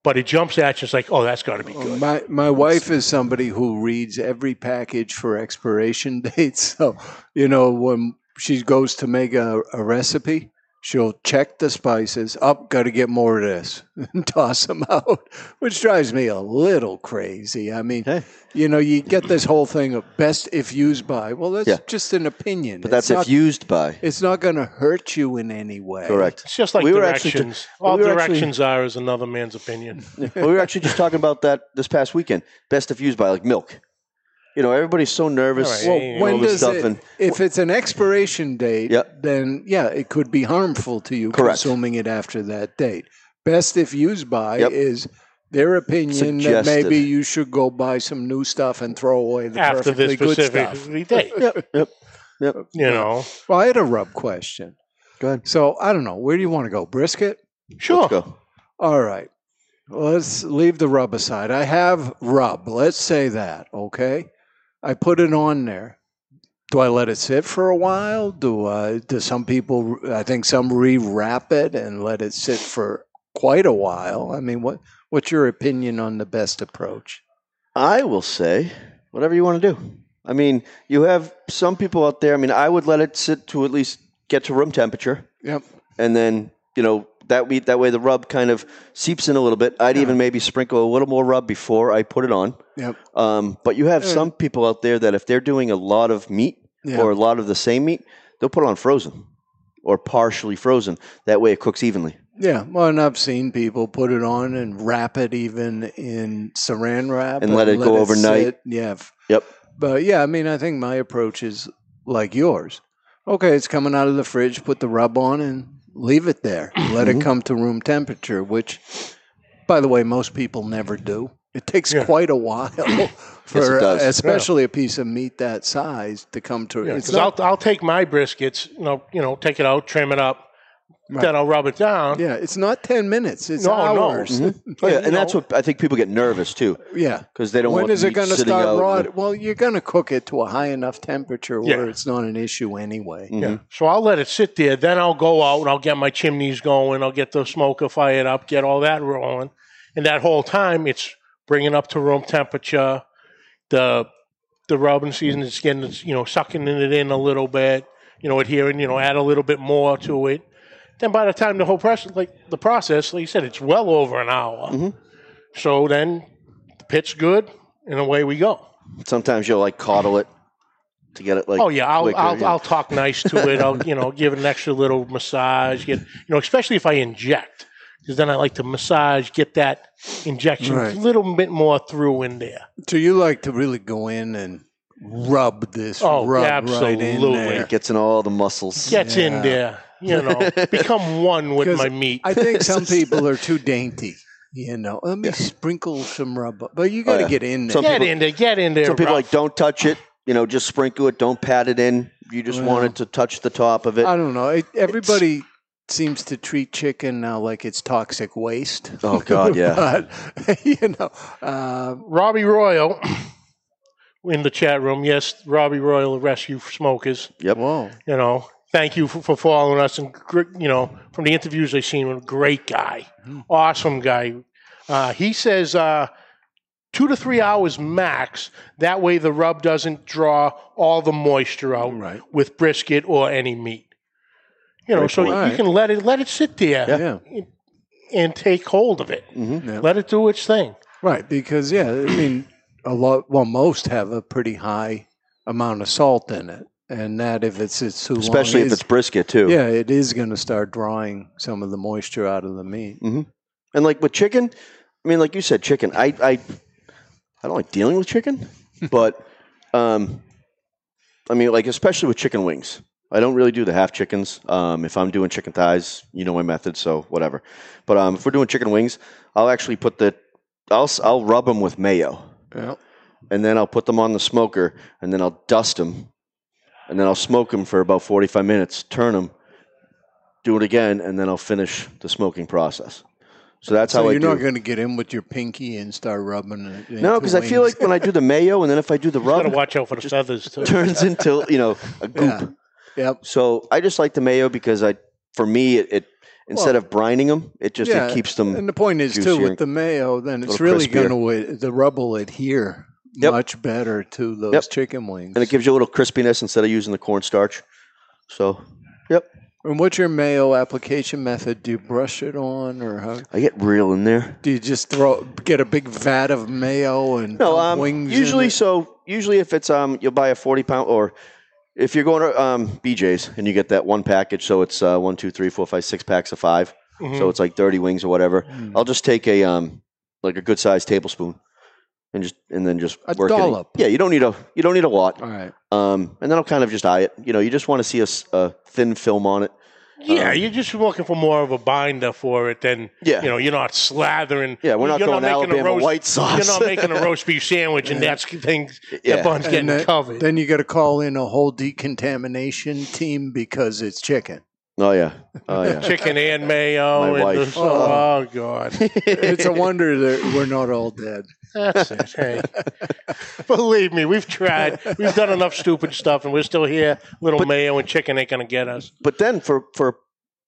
Speaker 3: But it jumps at you. It's like, oh, that's got to be good.
Speaker 5: My my wife is somebody who reads every package for expiration [laughs] dates. So, you know, when she goes to make a, a recipe, she'll check the spices. Up, got to get more of this, [laughs] and toss them out, which drives me a little crazy. I mean,
Speaker 4: Hey.
Speaker 5: you know, you get this whole thing of best if used by. Well, that's
Speaker 4: Yeah.
Speaker 5: just an opinion.
Speaker 4: But that's
Speaker 5: it's not,
Speaker 4: if used by.
Speaker 5: It's not going to hurt you in any way.
Speaker 4: Correct.
Speaker 3: It's just like
Speaker 4: We were actually
Speaker 3: directions. All
Speaker 4: we were actually-
Speaker 3: directions are is another man's opinion.
Speaker 4: Well, we were actually just talking about that this past weekend. Best if used by, like milk. You know, everybody's so nervous.
Speaker 3: All
Speaker 5: Well,
Speaker 3: right. Yeah,
Speaker 4: and all
Speaker 5: when
Speaker 4: this
Speaker 5: does
Speaker 4: stuff
Speaker 5: it, [laughs]
Speaker 4: and-
Speaker 5: if it's an expiration date,
Speaker 4: Yeah.
Speaker 5: then yeah, it could be harmful to you
Speaker 4: Correct.
Speaker 5: consuming it after that date. Best if used by
Speaker 4: Yep.
Speaker 5: is their opinion that
Speaker 4: Suggested.
Speaker 5: maybe you should go buy some new stuff and throw away the
Speaker 3: After this
Speaker 5: perfectly good
Speaker 3: specific
Speaker 5: stuff.
Speaker 3: date,
Speaker 4: Yep, yep.
Speaker 3: you know,
Speaker 5: Well, I had a rub question.
Speaker 4: Go ahead.
Speaker 5: So I don't know. Where do you want to go? Brisket?
Speaker 3: sure.
Speaker 4: Let's go.
Speaker 5: All right. Let's leave the rub aside. I have rub. Let's say that, okay? I put it on there. Do I let it sit for a while? Do I do some people I think some rewrap it and let it sit for quite a while? I mean, what what's your opinion on the best approach?
Speaker 4: I will say whatever you want to do. I mean, you have some people out there. I mean, I would let it sit to at least get to room temperature,
Speaker 5: Yep.
Speaker 4: and then you know that we that way the rub kind of seeps in a little bit. I'd even maybe sprinkle a little more rub before I put it on.
Speaker 5: Yep.
Speaker 4: Um, but you have
Speaker 5: Yeah.
Speaker 4: some people out there that if they're doing a lot of meat
Speaker 5: Yeah.
Speaker 4: or a lot of the same meat, they'll put it on frozen or partially frozen. That way it cooks evenly.
Speaker 5: yeah. Well, and I've seen people put it on and wrap it even in saran wrap
Speaker 4: And let it go overnight.
Speaker 5: sit. Yeah. f-
Speaker 4: Yep.
Speaker 5: But yeah, I mean, I think my approach is like yours. Okay, it's coming out of the fridge, put the rub on and leave
Speaker 4: [clears throat]
Speaker 5: it there. Let
Speaker 4: Mm-hmm.
Speaker 5: it come to room temperature, which, by the way, most people never do. It takes
Speaker 3: Yeah.
Speaker 5: quite a while [laughs] for, uh,
Speaker 4: does.
Speaker 5: especially a piece of meat that size to come to.
Speaker 3: Because I'll I'll take my briskets, you know, you know, take it out, trim it up,
Speaker 5: Right.
Speaker 3: then I'll rub it down.
Speaker 5: yeah, it's not 10 minutes, it's
Speaker 3: No, no.
Speaker 5: hours.
Speaker 4: Yeah,
Speaker 3: you
Speaker 4: and that's
Speaker 3: know-
Speaker 4: what I think people get nervous too
Speaker 5: [laughs] Yeah.
Speaker 4: because they don't want
Speaker 5: When is
Speaker 4: the
Speaker 5: it
Speaker 4: meat
Speaker 5: going to
Speaker 4: sitting
Speaker 5: start
Speaker 4: out.
Speaker 5: rot? Well, you're going to cook it to a high enough temperature where
Speaker 3: Yeah.
Speaker 5: it's not an issue anyway.
Speaker 4: Mhm.
Speaker 3: Yeah. Mm-hmm. So I'll let it sit there. Then I'll go out and I'll get my chimneys going. I'll get the smoker fired up, get all that rolling. And that whole time, it's bringing up to room temperature. The the rub and season is getting, it's, you know, sucking it in a little bit, you know, adhering, you know, add a little bit more to it. Then by the time the whole press, like the process, like you said, it's well over an hour. So then the pit's good, and away we go.
Speaker 4: Sometimes you'll like coddle it to get it like.
Speaker 3: oh yeah, I'll
Speaker 4: quicker,
Speaker 3: I'll,
Speaker 4: you know.
Speaker 3: I'll talk nice to it. I'll you know give it an extra little massage. Get you know especially if I inject because then I like to massage, get that injection
Speaker 5: Right.
Speaker 3: a little bit more through in there.
Speaker 4: Mm.
Speaker 5: So you like to really go in and rub this
Speaker 3: Oh,
Speaker 5: rub right in
Speaker 3: absolutely.
Speaker 5: there.
Speaker 4: It gets in all the muscles.
Speaker 3: Gets in
Speaker 5: Yeah.
Speaker 3: there, you
Speaker 4: [laughs]
Speaker 3: know, become one with
Speaker 5: 'Cause
Speaker 3: my meat.
Speaker 5: I think some people are too dainty. You know, let me sprinkle some rub, but you got to
Speaker 4: Oh, yeah.
Speaker 5: get in there.
Speaker 4: Some
Speaker 3: get
Speaker 4: people-
Speaker 3: in there, get in there.
Speaker 4: Some people
Speaker 3: Ralph.
Speaker 4: like don't touch it. You know, just sprinkle it. Don't pat it in. You just want it to touch the top of it.
Speaker 5: I don't know. It, everybody seems to treat chicken now like it's toxic waste.
Speaker 4: Oh, God, yeah.
Speaker 5: [laughs] But, you know, uh,
Speaker 3: Robbie Royal [clears throat] in the chat room. Yes, Robbie Royal, Rescue for Smokers.
Speaker 4: Yep.
Speaker 5: whoa.
Speaker 3: You know, thank you for, for following us. And, gr- you know, from the interviews I've seen, a great guy,
Speaker 4: Hmm.
Speaker 3: awesome guy. Uh, he says uh, two to three hours max. That way the rub doesn't draw all the moisture out
Speaker 5: Right.
Speaker 3: with brisket or any meat. You know,
Speaker 4: Great
Speaker 3: so
Speaker 4: point.
Speaker 3: you can let it let it sit there
Speaker 5: Yeah.
Speaker 3: and take hold of it.
Speaker 4: Mhm.
Speaker 5: Yeah.
Speaker 3: Let it do its thing.
Speaker 5: Right. Because, yeah, I mean, a lot, well, most have a pretty high amount of salt in it. And that, if it's, it's too long,
Speaker 4: Especially if
Speaker 5: is-
Speaker 4: it's brisket too.
Speaker 5: Yeah, it is going to start drawing some of the moisture out of the meat.
Speaker 4: And like with chicken, I mean, like you said, chicken. I I, I don't like dealing with
Speaker 5: [laughs]
Speaker 4: chicken, but um, I mean, like especially with chicken wings. I don't really do the half chickens. Um, if I'm doing chicken thighs, you know my method, so whatever. But um, if we're doing chicken wings, I'll actually put the, I'll s- I'll rub them with mayo,
Speaker 5: Yeah.
Speaker 4: and then I'll put them on the smoker, and then I'll dust them, and then I'll smoke them for about 45 minutes, turn them, do it again, and then I'll finish the smoking process. So that's
Speaker 5: So
Speaker 4: how I
Speaker 5: you're
Speaker 4: do.
Speaker 5: not going to get in with your pinky and start rubbing it.
Speaker 4: No,
Speaker 5: into
Speaker 4: because I feel
Speaker 5: wings.
Speaker 4: like when I do the mayo and then if I do the
Speaker 3: Got to
Speaker 4: rub,
Speaker 3: watch out for the feathers
Speaker 4: [laughs]
Speaker 3: too.
Speaker 4: it turns into you know a goop.
Speaker 5: Yeah. Yep.
Speaker 4: So I just like the mayo because I, for me, it, it instead
Speaker 5: Well-
Speaker 4: of brining them, it just
Speaker 5: Yeah,
Speaker 4: it keeps them.
Speaker 5: And the point is too,
Speaker 4: juicier
Speaker 5: with
Speaker 4: and
Speaker 5: the mayo, then it's
Speaker 4: little
Speaker 5: really
Speaker 4: crispier.
Speaker 5: going to the rub will adhere
Speaker 4: Yep.
Speaker 5: much better to those
Speaker 4: Yep.
Speaker 5: chicken wings.
Speaker 4: and it gives you a little crispiness instead of using the cornstarch. So
Speaker 5: And what's your mayo application method? Do you brush it on, or how,
Speaker 4: I get real in there.
Speaker 5: do you just throw get a big vat of mayo and
Speaker 4: No,
Speaker 5: dump
Speaker 4: um,
Speaker 5: wings? in
Speaker 4: usually
Speaker 5: it?
Speaker 4: so usually if it's um you'll buy a forty pound or if you're going to um BJ's and you get that one package, so it's uh, one two three four five six packs of 5
Speaker 3: Mhm.
Speaker 4: so it's like thirty wings or whatever.
Speaker 5: Mm.
Speaker 4: I'll just take a um like a good sized tablespoon and just and then just
Speaker 5: A
Speaker 4: work it in.
Speaker 5: dollop.
Speaker 4: Yeah, you don't need a you don't need a lot.
Speaker 5: all right.
Speaker 4: Um, and then I'll kind of just eye it. You know, you just want to see a, s- a thin film on it.
Speaker 3: Yeah,
Speaker 4: Um,
Speaker 3: you're just looking for more of a binder for it than
Speaker 4: Yeah,
Speaker 3: you know. You're not slathering.
Speaker 4: yeah. We're not
Speaker 3: you're
Speaker 4: going
Speaker 3: making
Speaker 4: Alabama
Speaker 3: a roast,
Speaker 4: white
Speaker 3: You're
Speaker 4: sauce.
Speaker 3: not
Speaker 4: [laughs]
Speaker 3: making a roast beef sandwich, and that's thing.
Speaker 4: yeah.
Speaker 3: That bun's
Speaker 5: And uh,
Speaker 3: getting
Speaker 5: that-
Speaker 3: covered.
Speaker 5: Then you got to call in a whole decontamination team because it's chicken.
Speaker 4: oh yeah. Oh yeah.
Speaker 3: Chicken and mayo.
Speaker 4: My
Speaker 3: and
Speaker 4: wife.
Speaker 3: The, oh. God,
Speaker 5: It's a wonder
Speaker 4: [laughs]
Speaker 5: that we're not all dead.
Speaker 3: that's it. Hey, believe me, we've tried. We've done enough stupid stuff, and we're still here. Little
Speaker 4: But-
Speaker 3: mayo and chicken ain't gonna get us.
Speaker 4: but then for for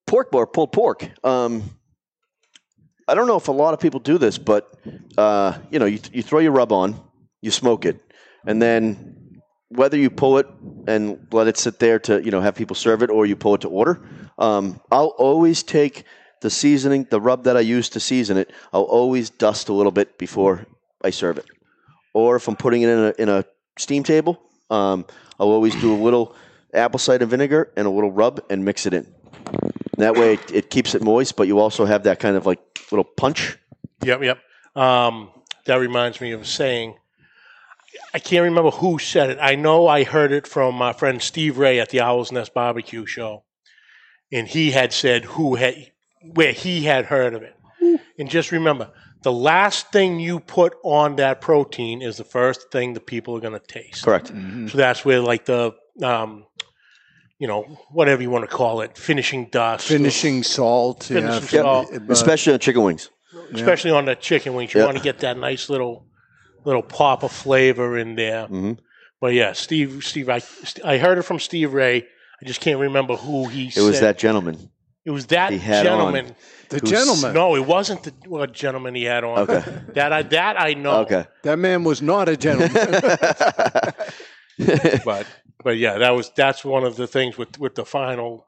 Speaker 4: pork bar pulled pork, um, I don't know if a lot of people do this, but uh, you know, you, you throw your rub on, you smoke it, and then whether you pull it and let it sit there to you know have people serve it, or you pull it to order, um, I'll always take the seasoning, the rub that I use to season it. I'll always dust a little bit before I serve it, or if I'm putting it in a in a steam table, um, I'll always do a little apple cider vinegar and a little rub and mix it in. That way, it, it keeps it moist, but you also have that kind of like little punch.
Speaker 3: Yep, yep. Um, that reminds me of a saying. I can't remember who said it. I know I heard it from my friend Steve Ray at the Owl's Nest Barbecue Show, and he had said who had where he had heard of it. And just remember, the last thing you put on that protein is the first thing the people are going to taste.
Speaker 4: Correct.
Speaker 3: So that's where like the um, you know whatever you want to call it, finishing dust,
Speaker 5: Finishing salt.
Speaker 3: Finishing
Speaker 5: yeah,
Speaker 3: salt.
Speaker 5: but-
Speaker 4: Especially on chicken wings.
Speaker 3: especially on the chicken wings. You
Speaker 4: Yeah.
Speaker 3: want to get that nice little little pop of flavor in there.
Speaker 4: Mhm.
Speaker 3: But yeah, Steve, Steve, I I heard it from Steve Ray. I just can't remember who he
Speaker 4: It was
Speaker 3: said.
Speaker 4: that gentleman.
Speaker 3: it was that
Speaker 4: he had
Speaker 3: gentleman.
Speaker 5: the
Speaker 4: who's-
Speaker 5: gentleman.
Speaker 3: No, it wasn't the what gentleman he had on.
Speaker 4: Okay.
Speaker 3: That I that I know. [laughs]
Speaker 4: Okay. [laughs]
Speaker 5: That man was not a gentleman.
Speaker 3: But but yeah, that was that's one of the things with with the final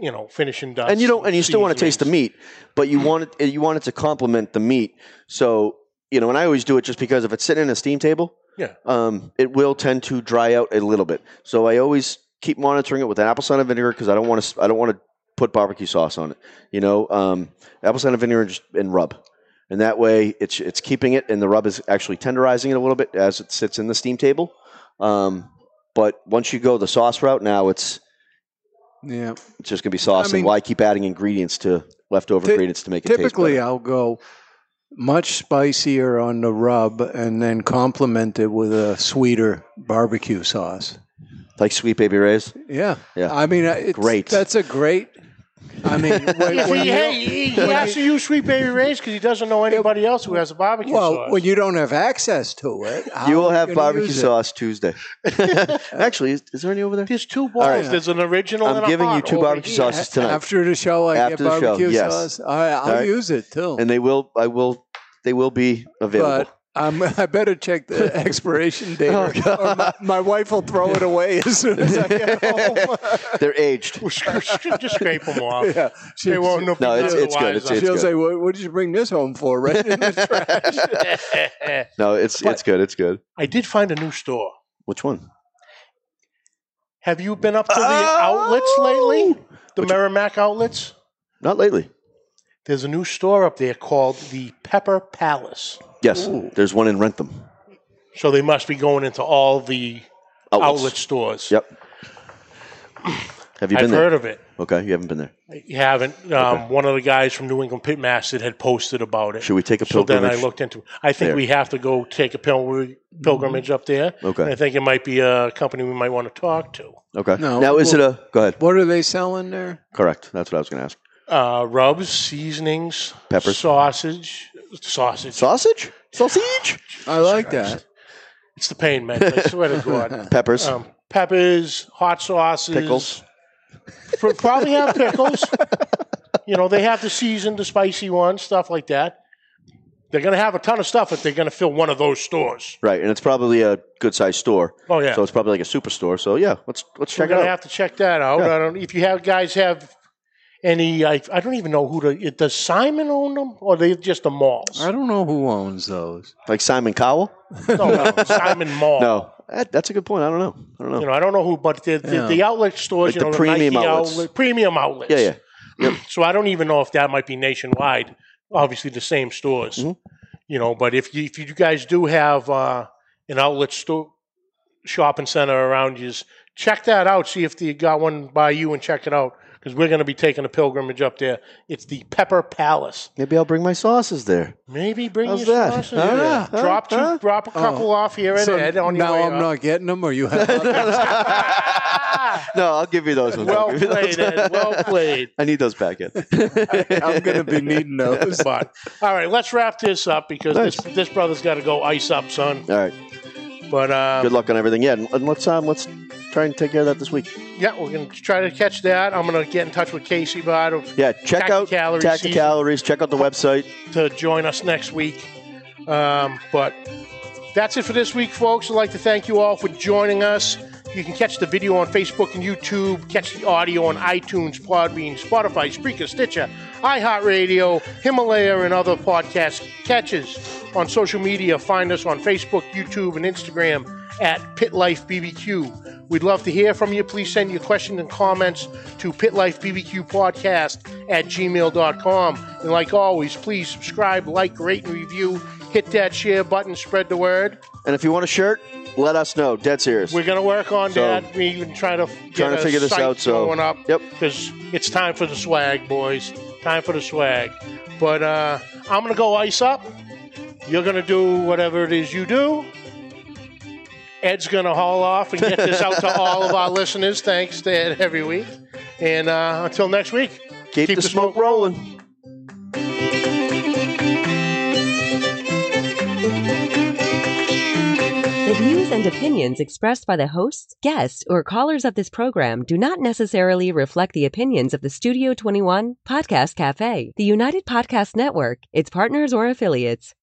Speaker 3: you know, finishing dust.
Speaker 4: and you don't and you still want to taste the
Speaker 3: seasonings.
Speaker 4: meat but you want it you want it to complement the meat so you know and i always do it just because if it's sitting in a steam table
Speaker 3: Yeah.
Speaker 4: um, it will tend to dry out a little bit so i always keep monitoring it with apple cider vinegar because i don't want to i don't want to put barbecue sauce on it you know um, apple cider vinegar and, just, and rub and that way it's it's keeping it and the rub is actually tenderizing it a little bit as it sits in the steam table um, but once you go the sauce route now it's
Speaker 5: Yeah.
Speaker 4: it's just going to be sauce.
Speaker 5: I mean-
Speaker 4: and why keep adding ingredients to leftover
Speaker 5: Ty-
Speaker 4: ingredients to make it
Speaker 5: Typically,
Speaker 4: taste
Speaker 5: I'll go much spicier on the rub and then complement it with a sweeter barbecue sauce.
Speaker 4: better? Like sweet baby rays.
Speaker 5: Yeah.
Speaker 4: Yeah.
Speaker 5: I mean, uh, it's,
Speaker 4: Great.
Speaker 5: That's a great.
Speaker 4: [laughs]
Speaker 5: I mean, when,
Speaker 3: Yeah,
Speaker 5: when
Speaker 3: he,
Speaker 5: you
Speaker 3: hey,
Speaker 5: don't-
Speaker 3: he, he has to use Sweet Baby Ray's because he doesn't know anybody else who has a barbecue
Speaker 5: well,
Speaker 3: sauce.
Speaker 5: when you don't have access to it, how
Speaker 4: you will
Speaker 5: are
Speaker 4: have
Speaker 5: gonna
Speaker 4: barbecue
Speaker 5: use it?
Speaker 4: sauce
Speaker 5: [laughs]
Speaker 4: Tuesday. [laughs] Actually, is, is there any over there?
Speaker 3: There's two balls.
Speaker 4: right.
Speaker 3: There's an original
Speaker 4: I'm
Speaker 3: and a
Speaker 4: giving you
Speaker 3: hot
Speaker 4: two
Speaker 3: over
Speaker 4: barbecue
Speaker 3: here.
Speaker 5: A-
Speaker 4: sauces tonight,
Speaker 5: After the show, I
Speaker 4: After
Speaker 5: get
Speaker 4: the show,
Speaker 5: barbecue
Speaker 4: yes.
Speaker 5: sauce. I, I'll
Speaker 4: All right.
Speaker 5: use it too.
Speaker 4: and they will. I will. They will be available. Oh,
Speaker 5: but um, [laughs] I better
Speaker 4: [laughs]
Speaker 5: check the expiration date, or- or my, my wife will throw it away as soon
Speaker 4: [laughs]
Speaker 5: as I get home. [laughs]
Speaker 4: They're aged.
Speaker 3: [laughs] Just scrape them off.
Speaker 4: [laughs]
Speaker 5: yeah, she,
Speaker 3: They won't know.
Speaker 4: No, it's- it's good.
Speaker 5: she,
Speaker 4: It's
Speaker 5: will
Speaker 4: good.
Speaker 5: say, what, "What did you bring this home for?" Right [laughs]
Speaker 4: [laughs]
Speaker 5: in the trash.
Speaker 4: No, it's
Speaker 3: But-
Speaker 4: it's good. It's good.
Speaker 3: I did find a new store.
Speaker 4: Which one?
Speaker 3: Have you been up to the outlets
Speaker 4: Oh!
Speaker 3: lately? The
Speaker 4: Which-
Speaker 3: Merrimack outlets?
Speaker 4: Not lately.
Speaker 3: There's a new store up there called the Pepper Palace.
Speaker 4: Yes, there's one in Rentham.
Speaker 3: So they must be going into all the
Speaker 4: Outlets.
Speaker 3: outlet stores.
Speaker 4: Yep. Have you
Speaker 3: I've
Speaker 4: been there?
Speaker 3: heard of it.
Speaker 4: Okay, you haven't been there.
Speaker 3: You haven't. Um, One of the guys from New England Pitmaster had posted about it.
Speaker 4: Should we take a
Speaker 3: so then
Speaker 4: pilgrimage?
Speaker 3: I looked into. I think
Speaker 4: there?
Speaker 3: we have to go take a pil- pilgrimage up there.
Speaker 4: Okay.
Speaker 3: And I think it might be a company we might want to talk to.
Speaker 4: Okay.
Speaker 5: No,
Speaker 4: now is
Speaker 5: well-
Speaker 4: it a? Go ahead.
Speaker 5: what are they selling there?
Speaker 4: Correct. That's what I was going to ask.
Speaker 3: Uh, rubs, seasonings,
Speaker 4: Peppers.
Speaker 3: sausage, sausage.
Speaker 4: Sausage. Sausage.
Speaker 5: I like that.
Speaker 3: it's the pain, man. I swear to
Speaker 4: [laughs]
Speaker 3: God.
Speaker 4: Peppers.
Speaker 3: Um, peppers, hot sauces,
Speaker 4: Pickles.
Speaker 3: Pro- probably have pickles. you know, they have the seasoned, the spicy ones, stuff like that. They're going to have a ton of stuff if they're going to fill one of those stores.
Speaker 4: Right, and it's probably a good sized store.
Speaker 3: Oh yeah,
Speaker 4: So it's probably like a superstore. So yeah, let's let's
Speaker 3: we're
Speaker 4: check it
Speaker 3: going
Speaker 4: out.
Speaker 3: to have to check that out.
Speaker 4: Yeah.
Speaker 3: I don't. If you have guys have any, I, I don't even know who to. it- Does Simon own them, or they just the malls?
Speaker 5: I don't know who owns those.
Speaker 4: like Simon Cowell?
Speaker 3: No, Simon Mall.
Speaker 4: No, That- that's a good point. I don't know. I don't know.
Speaker 3: Oh. You know, I don't know who, but the, the,
Speaker 5: Yeah.
Speaker 3: the outlet stores,
Speaker 4: Like
Speaker 3: you
Speaker 4: the
Speaker 3: know, the,
Speaker 4: premium
Speaker 3: Nike
Speaker 4: outlets.
Speaker 3: outlet, premium outlets.
Speaker 4: yeah, yeah.
Speaker 3: So I don't even know if that might be nationwide. Obviously, the same stores,
Speaker 4: Mhm.
Speaker 3: you know. But if you if you guys do have uh, an outlet store, shopping center around you, check that out. See if they got one by you and check it out because we're going to be taking a pilgrimage up there. It's the Pepper Palace.
Speaker 4: Maybe I'll bring my sauces there.
Speaker 3: Maybe bring
Speaker 4: How's
Speaker 3: your
Speaker 4: that?
Speaker 3: sauces.
Speaker 4: Huh?
Speaker 3: Yeah.
Speaker 4: Huh?
Speaker 3: Drop two,
Speaker 4: Huh? Oh.
Speaker 3: drop a couple off here and
Speaker 5: So
Speaker 3: Ed on your
Speaker 5: now
Speaker 3: way
Speaker 5: I'm
Speaker 3: up.
Speaker 5: not getting them, or you have. others?
Speaker 4: No, I'll give you those ones. I'll
Speaker 3: well
Speaker 4: give you those
Speaker 3: played, Ed. Well played.
Speaker 4: [laughs] I need those back in.
Speaker 5: I'm going
Speaker 4: [laughs]
Speaker 5: to be needing those.
Speaker 3: But all right, let's wrap this up because this this brother's got to go ice up, son.
Speaker 4: All right.
Speaker 3: But um,
Speaker 4: Good luck on everything. Yeah, and, and let's um let's try and take care of that this week.
Speaker 3: yeah, we're gonna try to catch that. I'm gonna get in touch with Casey Bott
Speaker 4: Yeah, check out
Speaker 3: Tacticalories
Speaker 4: Tack the
Speaker 3: season.
Speaker 4: Calories. Check out the website.
Speaker 3: to join us next week. Um, but that's it for this week, folks. I'd like to thank you all for joining us. You can catch the video on Facebook and YouTube, catch the audio on iTunes, Podbean, Spotify, Spreaker, Stitcher, iHeartRadio, Himalaya, and other podcast catches. On social media, find us on Facebook, YouTube, and Instagram at PitLifeBBQ. We'd love to hear from you. Please send your questions and comments to pitlifebbqpodcast at gmail.com. And like always, please subscribe, like, rate, and review. Hit that share button, spread the word.
Speaker 4: And if you want a shirt, let us know. Dead serious.
Speaker 3: We're gonna work on
Speaker 4: So-
Speaker 3: that. We even try to get
Speaker 4: trying
Speaker 3: a
Speaker 4: to figure this
Speaker 3: site
Speaker 4: out. So
Speaker 3: going up
Speaker 4: Yep.
Speaker 3: because it's time for the swag, boys. Time for the swag. But uh, I'm gonna go ice up. You're gonna do whatever it is you do. Ed's gonna haul off and get this out
Speaker 4: [laughs]
Speaker 3: to all of our listeners. Thanks to Ed every week. And uh, until next week,
Speaker 4: Keep, the, smoke rolling.
Speaker 1: The views and opinions expressed by the hosts, guests, or callers of this program do not necessarily reflect the opinions of the Studio 21 Podcast Cafe, the United Podcast Network, its partners, or affiliates.